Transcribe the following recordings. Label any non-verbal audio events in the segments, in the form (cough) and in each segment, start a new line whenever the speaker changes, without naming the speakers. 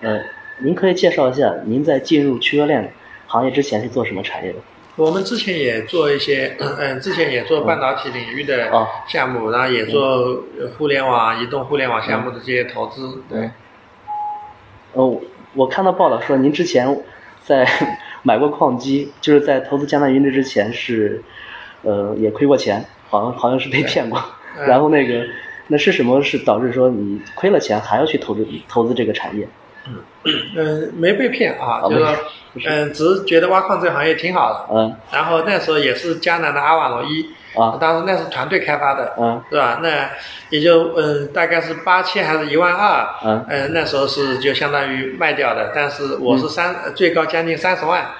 呃，您可以介绍一下您在进入区块链行业之前是做什么产业的？
我们之前也做一些， (clears throat) 嗯，之前也做半导体领域的
哦嗯
项目，然后也做互联网、移动互联网项目的这些投资。对，
呃，我看到报道说您之前在 (laughs) 买过矿机，就是在投资江南云之之前是，呃，也亏过钱，好像好像是被骗过。
嗯
然后那个，那是什么是导致说你亏了钱还要去投资投资这个产业？
嗯，没被骗啊，
哦
就是说
没不，是
嗯，只是觉得挖矿这个行业挺好的。
嗯
然后那时候也是江南的阿瓦罗一，
啊
当时那是团队开发的，
嗯
对吧？那也就嗯，大概是八千还是一万二，
嗯
嗯，那时候是就相当于卖掉的，但是我是三、呃最高将近三十万，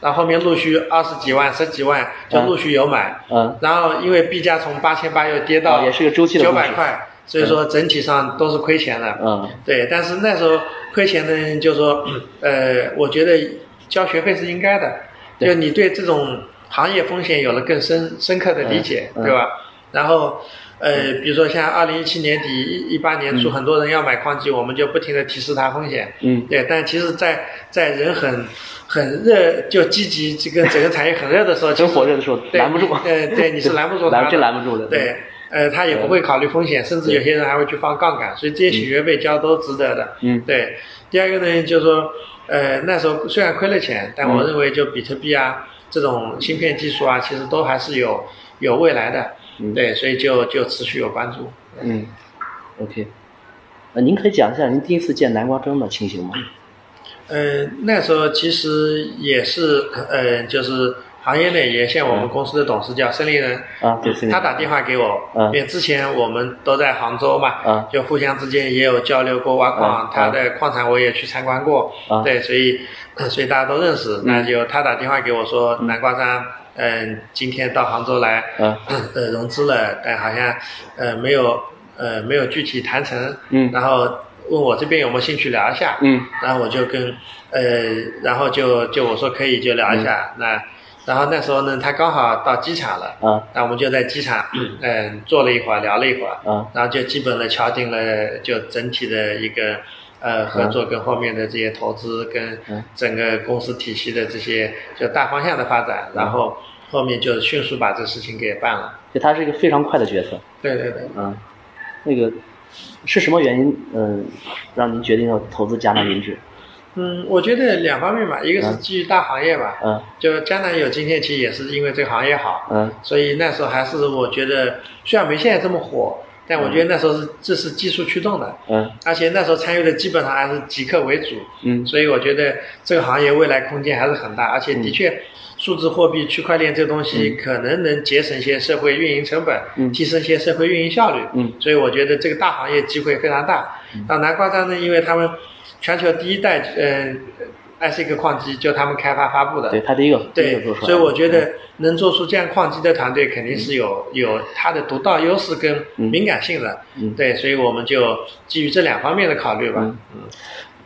然后后面陆续二十几万、十几万就陆续有买，
嗯，
然后因为币价从八千八又跌
哦
到
也是个周期的
九
故事
百块，所以说整体上都是亏钱的。
嗯
对，但是那时候亏钱的人就说， (clears throat) 呃，我觉得交学费是应该的，
对
就你对这种行业风险有了更深深刻的理解，
嗯嗯
对吧？然后，呃，比如说像二零一七年底、一八年初，很多人要买矿机，我们就不停的提示他风险。
嗯
对，但其实在，在人很很热，就积极这个整个产业很热的时候，
真
其实
火热的时候
对
拦不住
呃，对，
(laughs)
你是拦不住他
拦
的，
真拦不住的
对，呃，他也不会考虑风险，甚至有些人还会去放杠杆，所以这些学学费交都值得的。
嗯
对。第二个呢，就是说，呃，那时候虽然亏了钱，但我
嗯
认为就比特币啊、这种芯片技术啊，其实都还是有有未来的。
嗯
对，所以就就持续有关注。
嗯，OK。呃，您可以讲一下您第一次见南瓜蒸的情形吗？
呃，那时候其实也是，呃，就是行业内也像我们公司的董事叫孙立人，
嗯啊，对，森林
他打电话给我，
嗯
因为之前我们都在杭州嘛，
嗯
就互相之间也有交流过挖矿，
嗯
他的矿产我也去参观过，
嗯
对，所以呃所以大家都认识。那就他打电话给我说，南瓜山，嗯、今天到杭州来，
嗯
呃，融资了，但好像呃没有呃没有具体谈成，
嗯
然后问我这边有没有兴趣聊一下，
嗯
然后我就跟呃，然后就就我说可以就聊一下，那然后那时候呢，他刚好到机场了，
啊
那我们就在机场嗯、坐了一会儿，聊了一会儿，
啊
然后就基本的敲定了就整体的一个呃合作跟后面的这些投资跟
嗯
整个公司体系的这些就大方向的发展，然后后面就迅速把这事情给办了。
就他是一个非常快的决策。
对对对，
嗯，那个是什么原因？嗯，让您决定要投资迦南云志？
嗯，我觉得两方面吧，一个是基于大行业吧，
嗯
就江南有今天其实也是因为这个行业好，
嗯
所以那时候还是我觉得虽然没现在这么火，但我觉得那时候是这是技术驱动的，
嗯
而且那时候参与的基本上还是极客为主，
嗯
所以我觉得这个行业未来空间还是很大，而且的确，数字货币、区块链这东西可能能节省一些社会运营成本，
嗯
提升一些社会运营效率，
嗯
所以我觉得这个大行业机会非常大。那南瓜章呢，因为他们全球第一代嗯、呃、IC 矿机就他们开发发布的，
对他第一个第一个
对
做出，来的。嗯
所以我觉得能做出这样矿机的团队，肯定是有、有它的独到优势跟敏感性的。
嗯
对，所以我们就基于这两方面的考虑吧。
嗯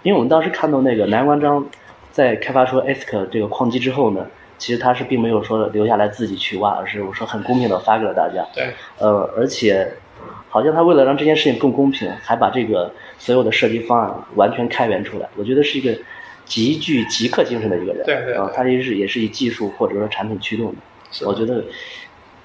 因为我们当时看到那个南关章在开发出 ASIC 这个矿机之后呢，其实他是并没有说留下来自己去挖，而是我说很公平的发给了大家。
对，
呃，而且好像他为了让这件事情更公平，还把这个所有的设计方案完全开源出来。我觉得是一个极具极客精神的一个人。
对对对
啊、他也是也是以技术或者说产品驱动
是
的。我觉得，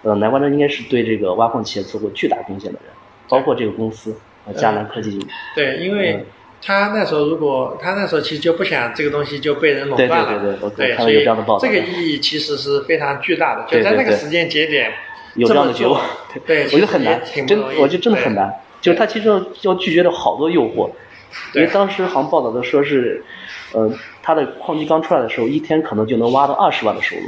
呃，南关章应该是对这个挖矿企业做过巨大贡献的人，包括这个公司呃迦南科技。
对，
嗯
因为他那时候如果他那时候其实就不想这个东西就被人垄断了，
对对对对我我看到
所
有
以
这样的报道
这个意义其实是非常巨大的，
对
就在那
对
个
对
时间节点
有这样的觉
这
悟
么做，对
(laughs) 我
其
觉得
实
很
也
难
挺，不
真
容易
我觉得真的
对
很难。就是他其实要要拒绝了好多诱惑，因
对
为当时好像报道的说是，呃，他的矿机刚出来的时候，一天可能就能挖到二十万的收入，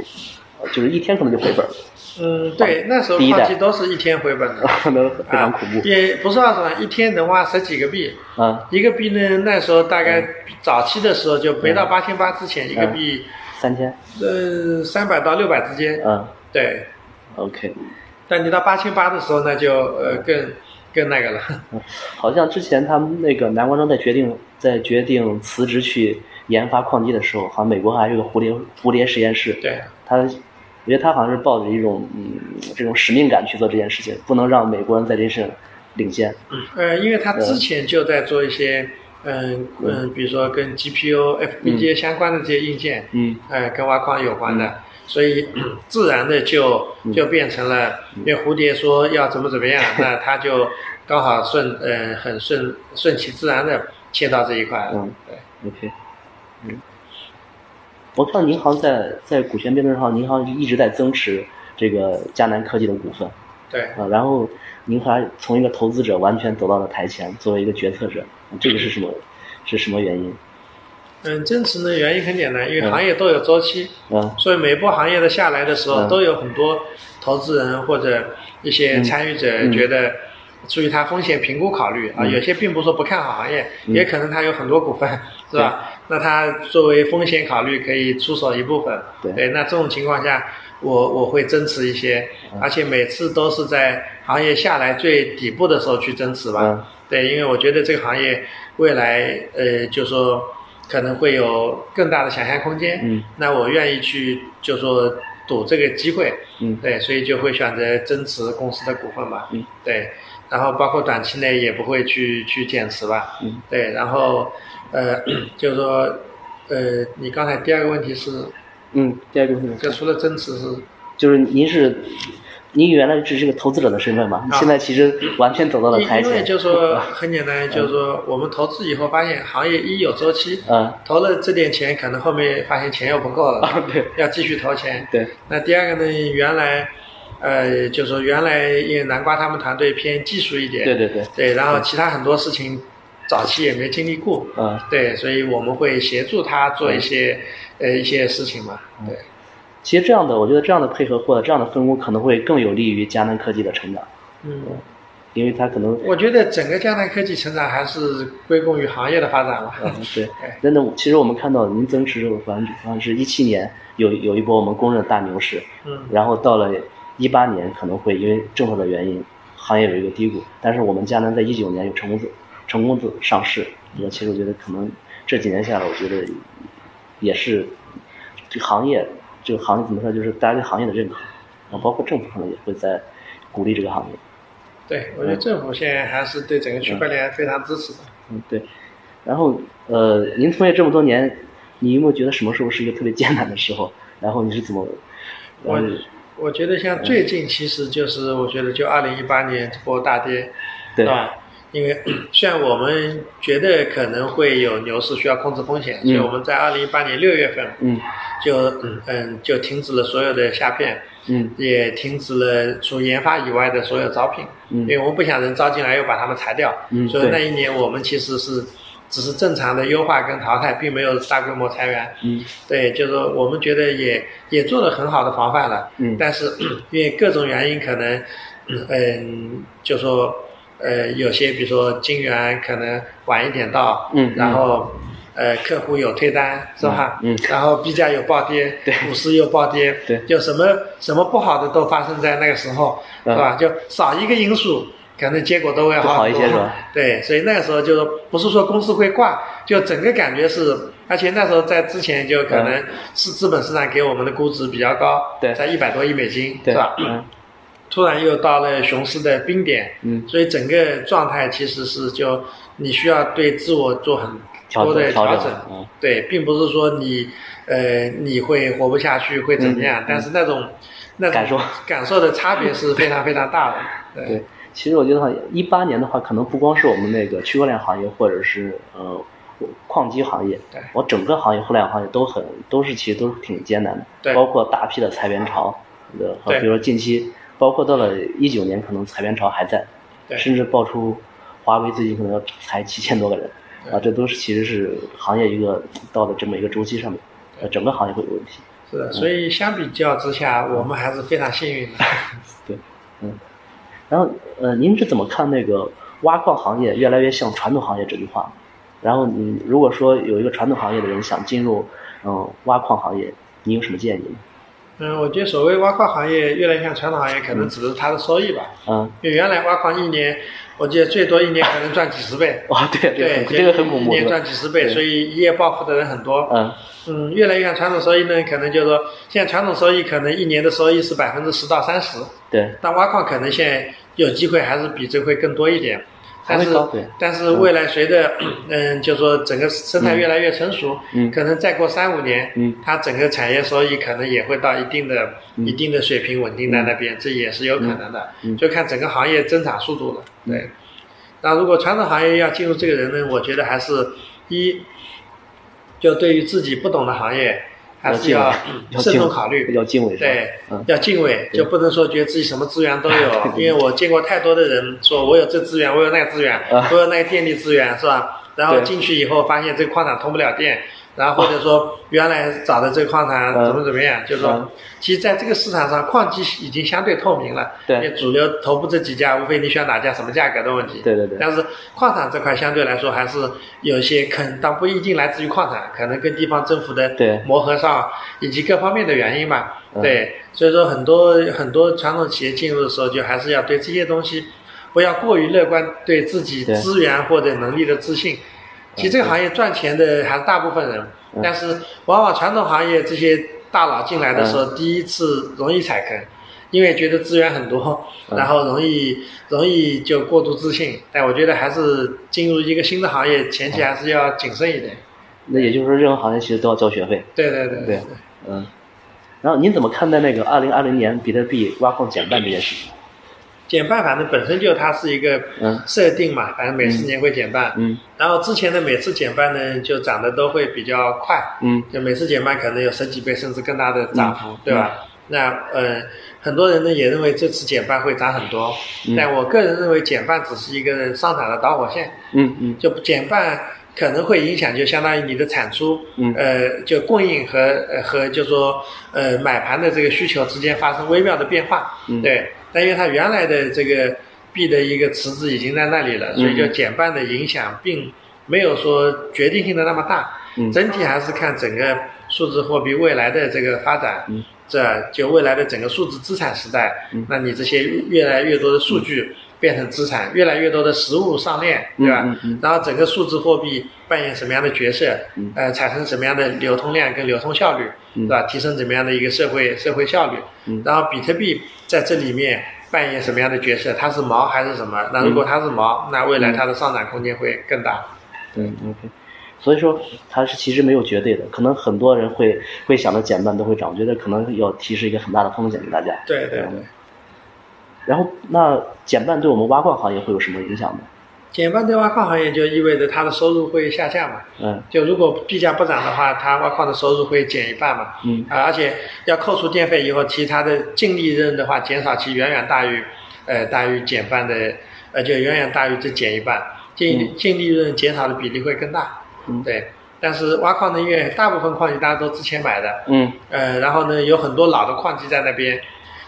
呃就是一天可能就回本了，
嗯，对，那时候
第一代
矿机都是一天回本的，
(laughs) 可能 (laughs) 非常恐怖
啊、。也不是二十万，一天能挖十几个币。
啊，
一个币呢，那时候大概早期的时候就没
嗯
到八千八之前，一个币
三千，
呃三百到六百之间，
嗯
对。
，OK。
但你到八千八的时候，那就呃更更那个了。 (laughs)
好像之前他们那个南光章在决定在决定辞职去研发矿机的时候，好像美国还有一个蝴蝶蝴蝶实验室，
对，
他，我觉得他好像是抱着一种嗯这种使命感去做这件事情，不能让美国人在这事领先。
呃，因为他之前就在做一些嗯嗯，比如说跟 GPU、FPGA 相关的这些硬件，
嗯
哎，跟挖矿有关的，所以自然的就就变成了，因为蝴蝶说要怎么怎么样，那它就刚好顺，嗯，很顺顺其自然的切到这一块了。
嗯
对，
，OK，嗯，我看您好像在在股权变动上，您好像一直在增持这个迦南科技的股份
对，
啊，然后您还从一个投资者完全走到了台前，作为一个决策者，这个是什么？是什么原因？
嗯，增持呢原因很简单，因为行业都有周期，
嗯
所以每波行业的下来的时候，
嗯
都有很多投资人或者一些参与者
嗯
觉得，出于他风险评估考虑啊，
嗯
有些并不是说不看好行业，
嗯
也可能他有很多股
(laughs)
份，是吧？那他作为风险考虑，可以出手一部分。哎
对
那这种情况下，我我会增持一些，
嗯
而且每次都是在行业下来最底部的时候去增持吧。
嗯
对，因为我觉得这个行业未来，呃，就说可能会有更大的想象空间。
嗯，
那我愿意去就说赌这个机会。
嗯
对，所以就会选择增持公司的股份吧。
嗯，
对，然后包括短期内也不会去去减持吧。
嗯，
对，然后呃， (coughs) 就是说呃，你刚才第二个问题是，
嗯，第二个问
就
题
除了增持是，
就是您是，您原来只是个投资者的身份嘛，
啊
现在其实完全走到了
因
台
因为
前。
就说很
(laughs)
简单，就是说我们投资以后发现行业一有周期，
嗯，
投了这点钱，可能后面发现钱又不够了，
(laughs) 啊对
要继续投钱。
对，
那第二个呢，原来，呃，就说原来因为南瓜他们团队偏技术一点，
对对对，
对，然后其他很多事情早期也没经历过，
嗯，
对，所以我们会协助他做一些、
嗯
呃一些事情嘛，对，
其实这样的，我觉得这样的配合或者这样的分工可能会更有利于佳能科技的成长，
嗯，
因为它可能，
我觉得整个江南科技成长还是归功于行业的发展吧，
嗯，对
哎，
真的，其实我们看到您增持这个百分之百分之一七年有有一波我们公认的大牛市，
嗯，
然后到了一八年可能会因为政策的原因，行业有一个低谷，但是我们佳能在一九年有成功的成功的上市，我其实我觉得可能这几年下来，我觉得也是这个行业这个行业怎么说，就是大家对行业的认可，然后包括政府可能也会在鼓励这个行业。
对，我觉得政府现在还是对整个区块链非常支持的。
嗯，对。然后呃，您从业这么多年，你有没有觉得什么时候是一个特别艰难的时候？然后你是怎么？
我
嗯
我觉得像最近其实就是我觉得就二零一八年这波大跌，
对
是吧？因为 (clears throat) 虽然我们觉得可能会有牛市需要控制风险，所以我们在二零一八年六月份
嗯
就嗯嗯就停止了所有的下片，
嗯
也停止了除研发以外的所有招聘，
嗯
因为我们不想人招进来又把他们裁掉，
嗯
所以那
对
一年我们其实是只是正常的优化跟淘汰，并没有大规模裁员。
嗯
对，就是我们觉得也也做了很好的防范了，
嗯
但是 (clears throat) 因为各种原因，可能，嗯，就说，呃，有些比如说金源可能晚一点到，
嗯嗯
然后，呃，客户有退单是吧？
嗯嗯
然后 B 价有暴跌，
对
股市又暴跌，
对
就什么什么不好的都发生在那个时候，
嗯
是吧？就少一个因素。可能结果都会
就
好
好
很
一
多
些是吧？
对，所以那个时候就是不是说公司会挂，就整个感觉是，而且那时候在之前就可能是资本市场给我们的估值比较高，
对
在一百多亿美金，
对
是啊吧？
嗯
突然又到了熊市的冰点，
嗯
所以整个状态其实是就你需要对自我做很
调
多
整
的
调
调
整
整，
嗯
对，并不是说你呃你会活不下去会怎么样，但是那种那种
嗯感受
感受的差别是非常非常
(laughs)
大的，对
对，其实我觉得哈，一八年的话，可能不光是我们那个区块链行业，或者是呃矿机行业
对，
我整个行业互联网行业都很都是其实都是挺艰难的，
对
包括大批的裁员潮，呃，和
对
比如说近期，包括到了一九年，可能裁员潮还在，
对
甚至爆出华为最近可能要裁七千多个人，啊，这都是其实是行业一个到了这么一个周期上面，呃，整个行业会有问题，
是的，所以相比较之下，我们还是非常幸运的。
对，嗯，然后呃，您是怎么看那个挖矿行业越来越像传统行业这句话？然后你如果说有一个传统行业的人想进入嗯挖矿行业，你有什么建议呢？
嗯，我觉得所谓挖矿行业越来越像传统行业，可能指的是它的收益吧。
嗯，。
因为原来挖矿一年，我记得最多一年可能赚几十倍
哇，啊对，这个
对
很，这个很恐怖，
一年
对
赚
吧
几十倍，
对
所以一夜暴富的人很多。
嗯
嗯，越来越像传统收益呢，可能就是说，现在传统收益可能一年的收益是百分之十到三十，
对，
但挖矿可能现在有机会还是比这会更多一点。但
还会
是
高对
但是未来随着嗯，就说整个生态越来越成熟，
嗯
可能再过三五年，
嗯
它整个产业收益可能也会到一定的、一定的水平稳定在那边，这也是有可能的，
嗯嗯嗯嗯
就看整个行业增长速度了。对，那如果传统行业要进入这个人呢，我觉得还是一，就对于自己不懂的行业，还是
要
要
要
慎
敬
重考虑。
要敬畏是吧？
对，
嗯
要敬畏，就不能说觉得自己什么资源都
(laughs)
有，因为我见过太多的人说我有这资源，我有那个资源，
啊
我有那个电力资源，是吧？然后
对啊
进去以后发现这个矿场通不了电，然后或者说原来找的这个矿场
嗯
怎么怎么样，就是
嗯
说，其实在这个市场上，矿机已经相对透明了，
对
因为主流头部这几家，无非你选哪家什么价格的问题，
对对对
但是矿场这块相对来说还是有一些坑，但不一定来自于矿场，可能跟地方政府的
对
磨合上以及各方面的原因吧。
嗯
对，所以说很多很多传统企业进入的时候，就还是要对这些东西不要过于乐观，对自己
对
资源或者能力的自信。其实这个行业赚钱的还是大部分人，
嗯
但是往往传统行业这些大佬进来的时候，
嗯
第一次容易踩坑。因为觉得资源很多，
嗯
(laughs) 然后容易容易就过度自信，但我觉得还是进入一个新的行业，前
嗯
期还是要谨慎一点。
那也就是说，任何行业其实都要交学费。
对对对
对嗯，然后您怎么看待那个二零二零年比特币挖矿减半这件事情？
减半反正本身就它是一个
嗯
设定嘛，反正每四年会减半。
嗯
然后之前的每次减半呢，就涨得都会比较快，
嗯
就每次减半可能有十几倍甚至更大的涨幅，对
嗯
吧？那呃，很多人呢也认为这次减半会涨很多，
嗯
但我个人认为减半只是一个上涨的导火线，
嗯嗯
就减半可能会影响，就相当于你的产出，
嗯
呃，就供应和呃和就说呃买盘的这个需求之间发生微妙的变化，
嗯
对。但因为它原来的这个币的一个池子已经在那里了，所
嗯
以就减半的影响并没有说决定性的那么大，
嗯
整体还是看整个数字货币未来的这个发展，
嗯
这就未来的整个数字资产时代，
嗯
那你这些越来越多的数据变成资产，越来越多的实物上链，对吧？
嗯嗯嗯
然后整个数字货币扮演什么样的角色，
嗯
呃，产生什么样的流通量跟流通效率，
嗯
对吧？提升怎么样的一个社会社会效率？
嗯
然后比特币在这里面扮演什么样的角色？它是毛还是什么？那如果它是毛，那未来它的上涨空间会更大。
嗯，OK。所以说，它是其实没有绝对的，可能很多人会会想着减半都会涨，我觉得可能要提示一个很大的风险给大家。嗯
对对对。
然后，那减半对我们挖矿行业会有什么影响呢？
减半对挖矿行业就意味着它的收入会下降嘛？
嗯
就如果币价不涨的话，它挖矿的收入会减一半嘛？
嗯
啊，而且要扣除电费以后，其实它的净利润的话，减少其远远大于，呃，大于减半的，呃，就远远大于这减一半，净净利润减少的比例会更大。
嗯
对。但是挖矿呢，因为大部分矿机大家都之前买的，
嗯
呃，然后呢，有很多老的矿机在那边，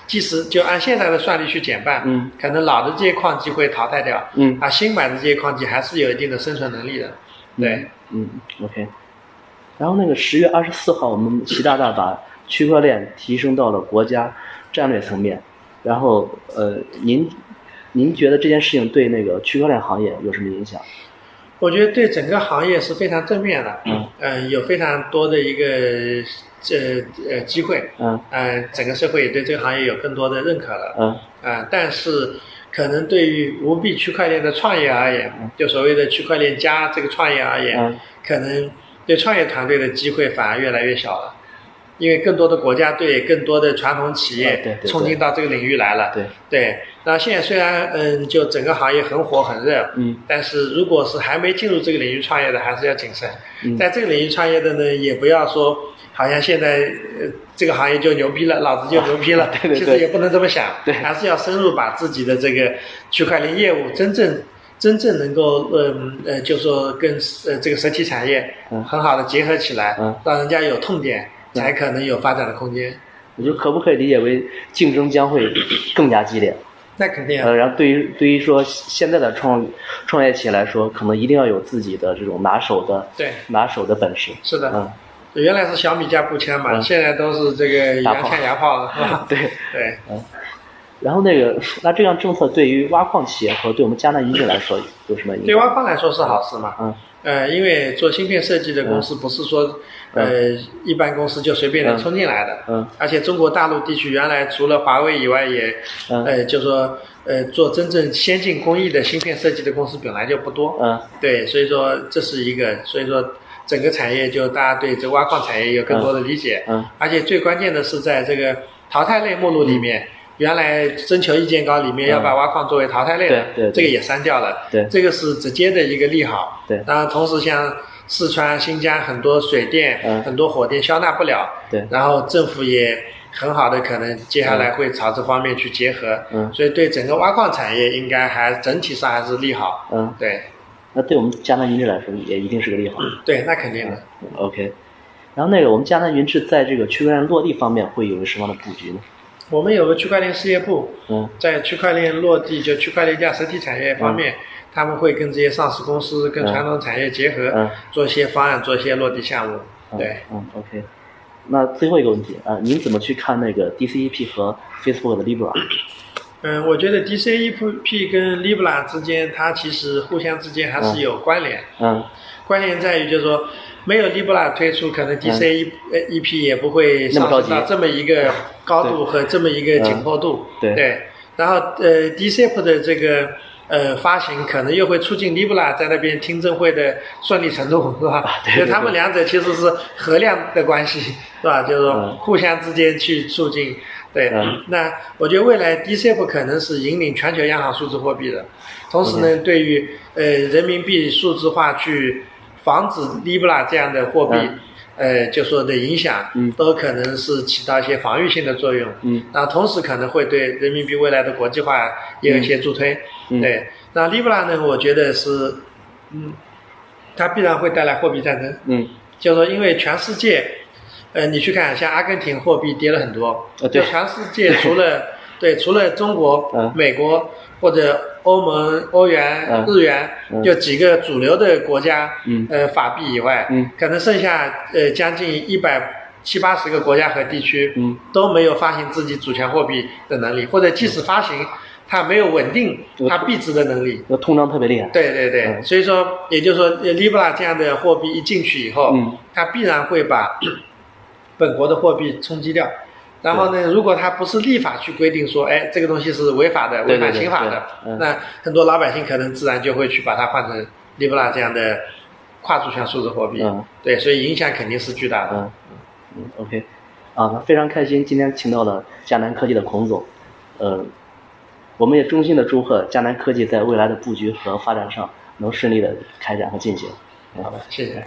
即使就按现在的算力去减半，
嗯，
可能老的这些矿机会淘汰掉，
嗯
啊，新买的这些矿机还是有一定的生存能力的，对。
嗯，OK。然后那个十月二十四号，我们习大大把区块链提升到了国家战略层面。然后，呃，您您觉得这件事情对那个区块链行业有什么影响？
我觉得对整个行业是非常正面的，
嗯
呃，有非常多的一个呃呃机会，
嗯
呃，整个社会也对这个行业有更多的认可了，
嗯
啊，但是可能对于无币区块链的创业而言，就所谓的区块链加这个创业而言，
嗯
可能对创业团队的机会反而越来越小了，因为更多的国家队、更多的传统企
啊对
业
对对
冲进到这个领域来了，
对，
对，那现在虽然嗯，就整个行业很火很热，
嗯，
但是如果是还没进入这个领域创业的，还是要谨慎。
嗯
在这个领域创业的呢，也不要说好像现在呃这个行业就牛
(laughs)
逼了，老子就牛逼了，
对对
其
对
实也不能这么想，
对
还是要深入把自己的这个区块链业务真正。真正能够，嗯呃，就说跟呃这个实体产业
嗯
很好的结合起来，
嗯
让人家有痛点，
嗯
才可能有发展的空间。
我觉得可不可以理解为竞争将会更加激烈？
那肯定啊，
呃，然后对于对于说现在的创创业企业来说，可能一定要有自己的这种拿手的
对，
拿手的本事。
是的。
嗯， (laughs)
原来是小米加步枪嘛，
嗯
现在都是这个洋枪洋炮了，
(laughs)
是吧？
对。
对，
然后那个，那这项政策对于挖矿企业和对我们加纳移民来说有什么影响？
对挖矿来说是好事嘛。
嗯
呃，因为做芯片设计的公司不是说，呃，一般公司就随便能冲进来的。
嗯
而且中国大陆地区原来除了华为以外也，
嗯
呃，就说呃做真正先进工艺的芯片设计的公司本来就不多。
嗯
对，所以说这是一个，所以说整个产业就大家对这挖矿产业有更多的理解。
嗯
而且最关键的是，在这个淘汰类目录里面，
嗯
原来征求意见稿里面要把挖矿作为淘汰类的，
对对对
这个也删掉了。
对
这个是直接的一个利好。
对
然后同时像四川、新疆很多水电、
嗯
很多火电消纳不了，
对
然后政府也。很好的，可能接下来会朝这方面去结合，
嗯
所以对整个挖矿产业应该还整体上还是利好，
嗯，
对，
那对我们迦南云志来说也一定是个利好。
对，那
嗯
肯定的。
OK，然后那个我们迦南云志在这个区块链落地方面会有什么样的布局呢？
我们有个区块链事业部，
嗯
在区块链落地，就区块链加实体产业方面，他们会跟这些上市公司、跟
嗯
传统产业结合，
嗯
做一些方案，做一些落地项目。
嗯
对，
嗯，OK。那最后一个问题啊、呃您怎么去看那个 DCEP 和 Facebook 的 Libra？
嗯，我觉得 DCEP 跟 Libra 之间，它其实互相之间还是有关联。
嗯
关键在于就是说，没有 Libra 推出，可能 DCE 呃 EP 也不会
嗯那么
上
着
升到
急
这么一个高度和这么一个紧迫度。
嗯对
然后呃 DCEP 的这个呃发行，可能又会促进 Libra 在那边听证会的顺利程度，是吧？
啊对对
就他们两者其实是衡量的关系，是吧？就是说
嗯
互相之间去促进。对，
嗯
那我觉得未来 DCEP 可能是引领全球央行数字货币的，同时呢，对于呃人民币数字化去防止 Libra 这样的货币，
嗯
呃，就说的影响，
嗯
都可能是起到一些防御性的作用，
嗯，
那同时可能会对人民币未来的国际化也有一些助推，
嗯
对，那 Libra 呢，我觉得是，嗯，它必然会带来货币战争，
嗯
就是说因为全世界，呃，你去看，像阿根廷货币跌了很多，
呃对
就全世界除
(laughs)
了对除了中国、
嗯
美国或者欧盟、欧元、
嗯
日元、
嗯
就几个主流的国家，
嗯
呃，法币以外，
嗯
可能剩下呃将近一百七八十个国家和地区，
嗯
都没有发行自己主权货币的能力，或者即使发行，它没有稳定
这个
它币值的能力，
那通胀特别厉害。
对对对，
嗯
所以说，也就是说呃，Libra 这样的货币一进去以后，
嗯
它必然会把 (clears throat) 本国的货币冲击掉。然后呢，如果它不是立法去规定说，哎，这个东西是违法的、
对
违
对
反
对
刑法的，
对嗯
那很多老百姓可能自然就会去把它换成 Libra 这样的跨主权数字货币。
嗯
对，所以影响肯定是巨大的。
嗯嗯，OK，啊，那非常开心，今天请到了迦南科技的孔总，呃，我们也衷心的祝贺迦南科技在未来的布局和发展上能顺利的开展和进行。嗯
好吧，谢谢。